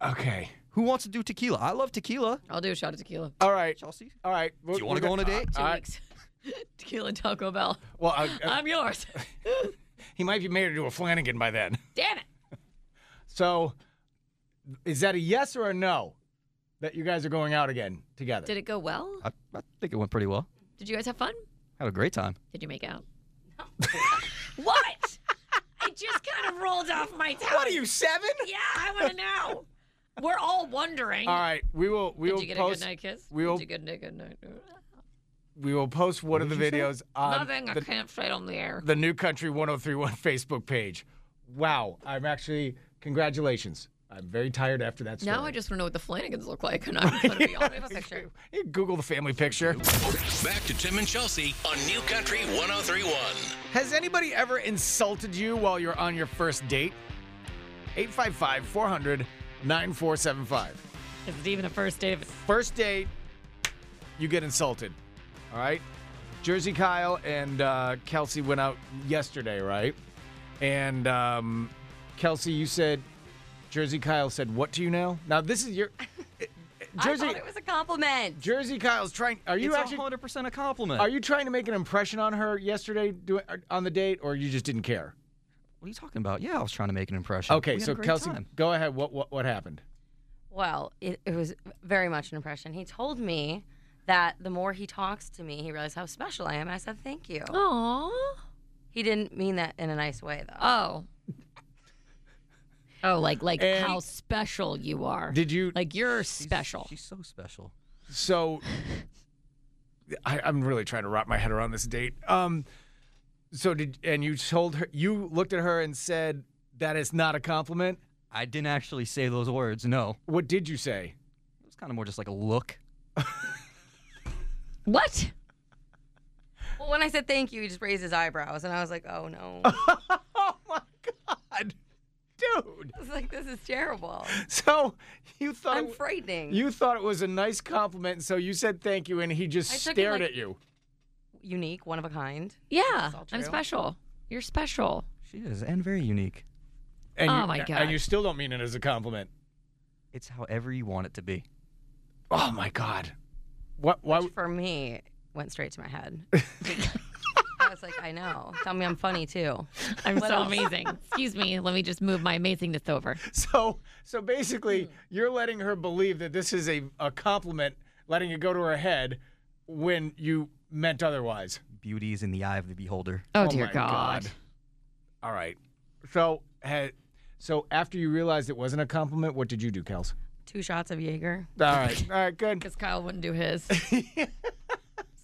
S3: Okay.
S9: Who wants to do tequila? I love tequila.
S4: I'll do a shot of tequila.
S3: All right.
S9: Chelsea,
S3: All right.
S9: do you want to go on a date?
S4: Two
S3: All right.
S4: weeks. tequila and Taco Bell.
S3: Well, uh, uh,
S4: I'm yours.
S3: he might be married to a Flanagan by then.
S4: Damn it.
S3: So, is that a yes or a no that you guys are going out again together?
S4: Did it go well?
S9: I, I think it went pretty well.
S4: Did you guys have fun?
S9: Had a great time.
S4: Did you make out? No. what? I just kind of rolled off my tongue.
S3: what are you seven?
S4: Yeah, I want to know. We're all wondering.
S3: All right, we will. We
S4: Did
S3: will
S4: you get
S3: post.
S4: a good night kiss?
S3: we will-
S4: Did you get a good night?
S3: We will post one of the videos on
S4: Nothing. I
S3: Um, the,
S4: can't say it on the air.
S3: the New Country 1031 Facebook page. Wow, I'm actually congratulations. I'm very tired after that story.
S4: Now I just want to know what the Flanagans look like, and I'm going to be honest.
S10: Picture.
S3: You Google the family picture.
S1: Back to Tim and Chelsea on New Country 1031.
S3: Has anybody ever insulted you while you're on your first date? 855 400 9475.
S4: Is it even a first date?
S3: First date, you get insulted. All right? Jersey Kyle and uh, Kelsey went out yesterday, right? And um, Kelsey, you said, Jersey Kyle said, what to you now? Now, this is your. eh, Jersey,
S10: I thought it was a compliment.
S3: Jersey Kyle's trying. Are you
S9: it's
S3: actually.
S9: 100% a compliment.
S3: Are you trying to make an impression on her yesterday do, on the date, or you just didn't care?
S9: What are you talking about? Yeah, I was trying to make an impression. We
S3: Okay,
S9: had a
S3: so
S9: great
S3: Kelsey,
S9: time.
S3: go ahead. What what what happened?
S10: Well, it, it was very much an impression. He told me that the more he talks to me, he realized how special I am. And I said, thank you.
S4: Aww.
S10: He didn't mean that in a nice way, though.
S4: Oh. Oh, like like
S3: And-
S4: how special you are.
S3: Did you
S4: like you're
S9: She's-
S4: special.
S9: She's so special.
S3: so? I, I'm really trying to wrap my head around this date. Um, so did and you told her you looked at her and said that is not a compliment.
S9: I didn't actually say those words. No,
S3: What did you say?
S9: it was kind of more just like a look.
S4: What?
S10: Well, when I said thank you, he just raised his eyebrows. And I was like, oh, no.
S3: Oh my god, dude!
S10: I was like, this is terrible.
S3: So you thought
S10: I'm
S3: it-
S10: frightening. You,
S3: you thought it was a nice compliment, so you said thank you, and he just
S10: I took it
S3: stared
S10: like-
S3: at you.
S10: Unique, one of a kind.
S4: Yeah,
S10: all
S4: I'm
S10: true.
S4: special. You're special.
S9: She is, and very unique.
S3: And
S4: Oh
S3: you,
S4: my God.
S3: And you still don't mean it as a compliment.
S9: It's however you want it to be.
S3: Oh my god. What? Why?
S10: Which for me, went straight to my head. I was like, I know. Tell me I'm funny, too.
S4: I'm so amazing. Excuse me. Let me just move my amazingness over.
S3: So, so basically, you're letting her believe that this is a, a compliment, letting it go to her head when you meant otherwise.
S9: Beauty is in the eye of the beholder.
S4: Oh,
S3: Oh
S4: dear
S3: my
S4: God.
S3: God. All right. So, ha- so after you realized it wasn't a compliment, what did you do, Kels?
S10: Two shots of Jaeger.
S3: All right. All right. Good.
S4: Because Kyle wouldn't do his.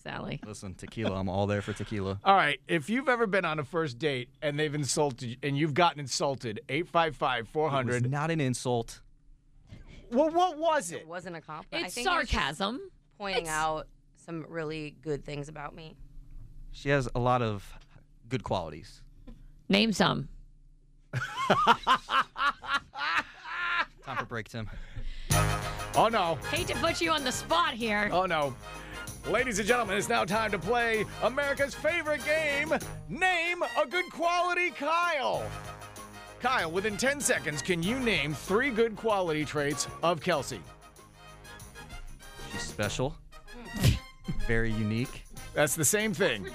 S4: Sally.
S9: Listen, tequila. I'm all there for tequila.
S3: All right. If you've ever been on a first date and they've insulted and you've gotten insulted, 855
S9: It was
S3: 400.
S9: not an insult.
S3: Well, what was it?
S10: Wasn't a compliment. I
S4: It's
S10: think he was just
S4: sarcasm.
S10: pointing
S4: It's-
S10: out some really good things about me.
S9: She has a lot of good qualities.
S4: Name some.
S9: Time for break, Tim.
S3: Oh, no.
S4: Hate to put you on the spot here.
S3: Oh, no. Ladies and gentlemen, it's now time to play America's favorite game Name a Good Quality Kyle. Kyle, within 10 seconds, can you name three good quality traits of Kelsey?
S9: She's special, very unique,
S3: That's the same thing.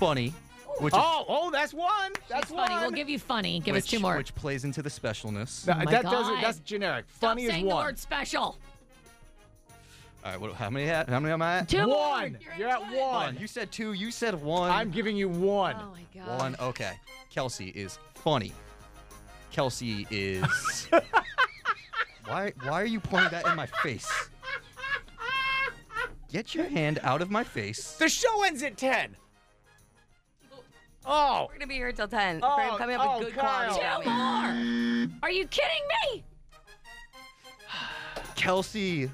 S9: funny, which is-
S3: Oh, oh, that's one. That's
S4: It's funny.
S3: one.
S4: We'll give you funny. Give us
S9: which-
S4: two more.
S9: which plays into the specialness.
S3: No,
S4: Oh my
S3: that doesn't.
S4: God.
S3: That's generic.
S4: Stop
S3: Funny is
S4: saying the
S3: one.
S4: word special.
S9: All right, what, how many? ha- How many am I at?
S4: Two more.
S3: One. You're, at one.
S9: One. You said two. You said one.
S3: I'm giving you one.
S4: Oh my god.
S9: one. Okay. Kelsey is funny. Kelsey is. why? Why are you pointing that in my face? Get your hand out of my face.
S3: The show ends at ten. Oh,
S10: We're gonna be here till ten.
S3: Oh,
S10: We're coming up
S3: oh,
S10: with good
S3: Kyle.
S10: quality about
S4: Two
S10: me.
S4: more. Are you kidding me?
S9: Kelsey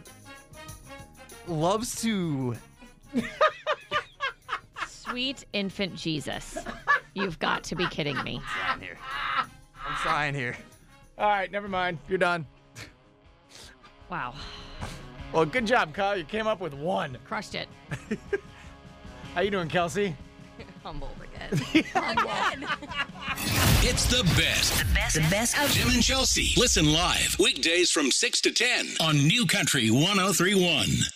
S9: loves to.
S4: Sweet infant Jesus. You've got to be kidding me.
S9: I'm here. I'm trying here.
S3: all right. Never mind. You're done.
S4: Wow.
S3: Well, good job, Kyle. You came up with one.
S4: Crushed it.
S3: How you doing, Kelsey?
S10: Humbled again. again.
S1: It's the best. The best. The best of oh Tim and Chelsea. Listen live weekdays from 6 to 10 on New Country 1031.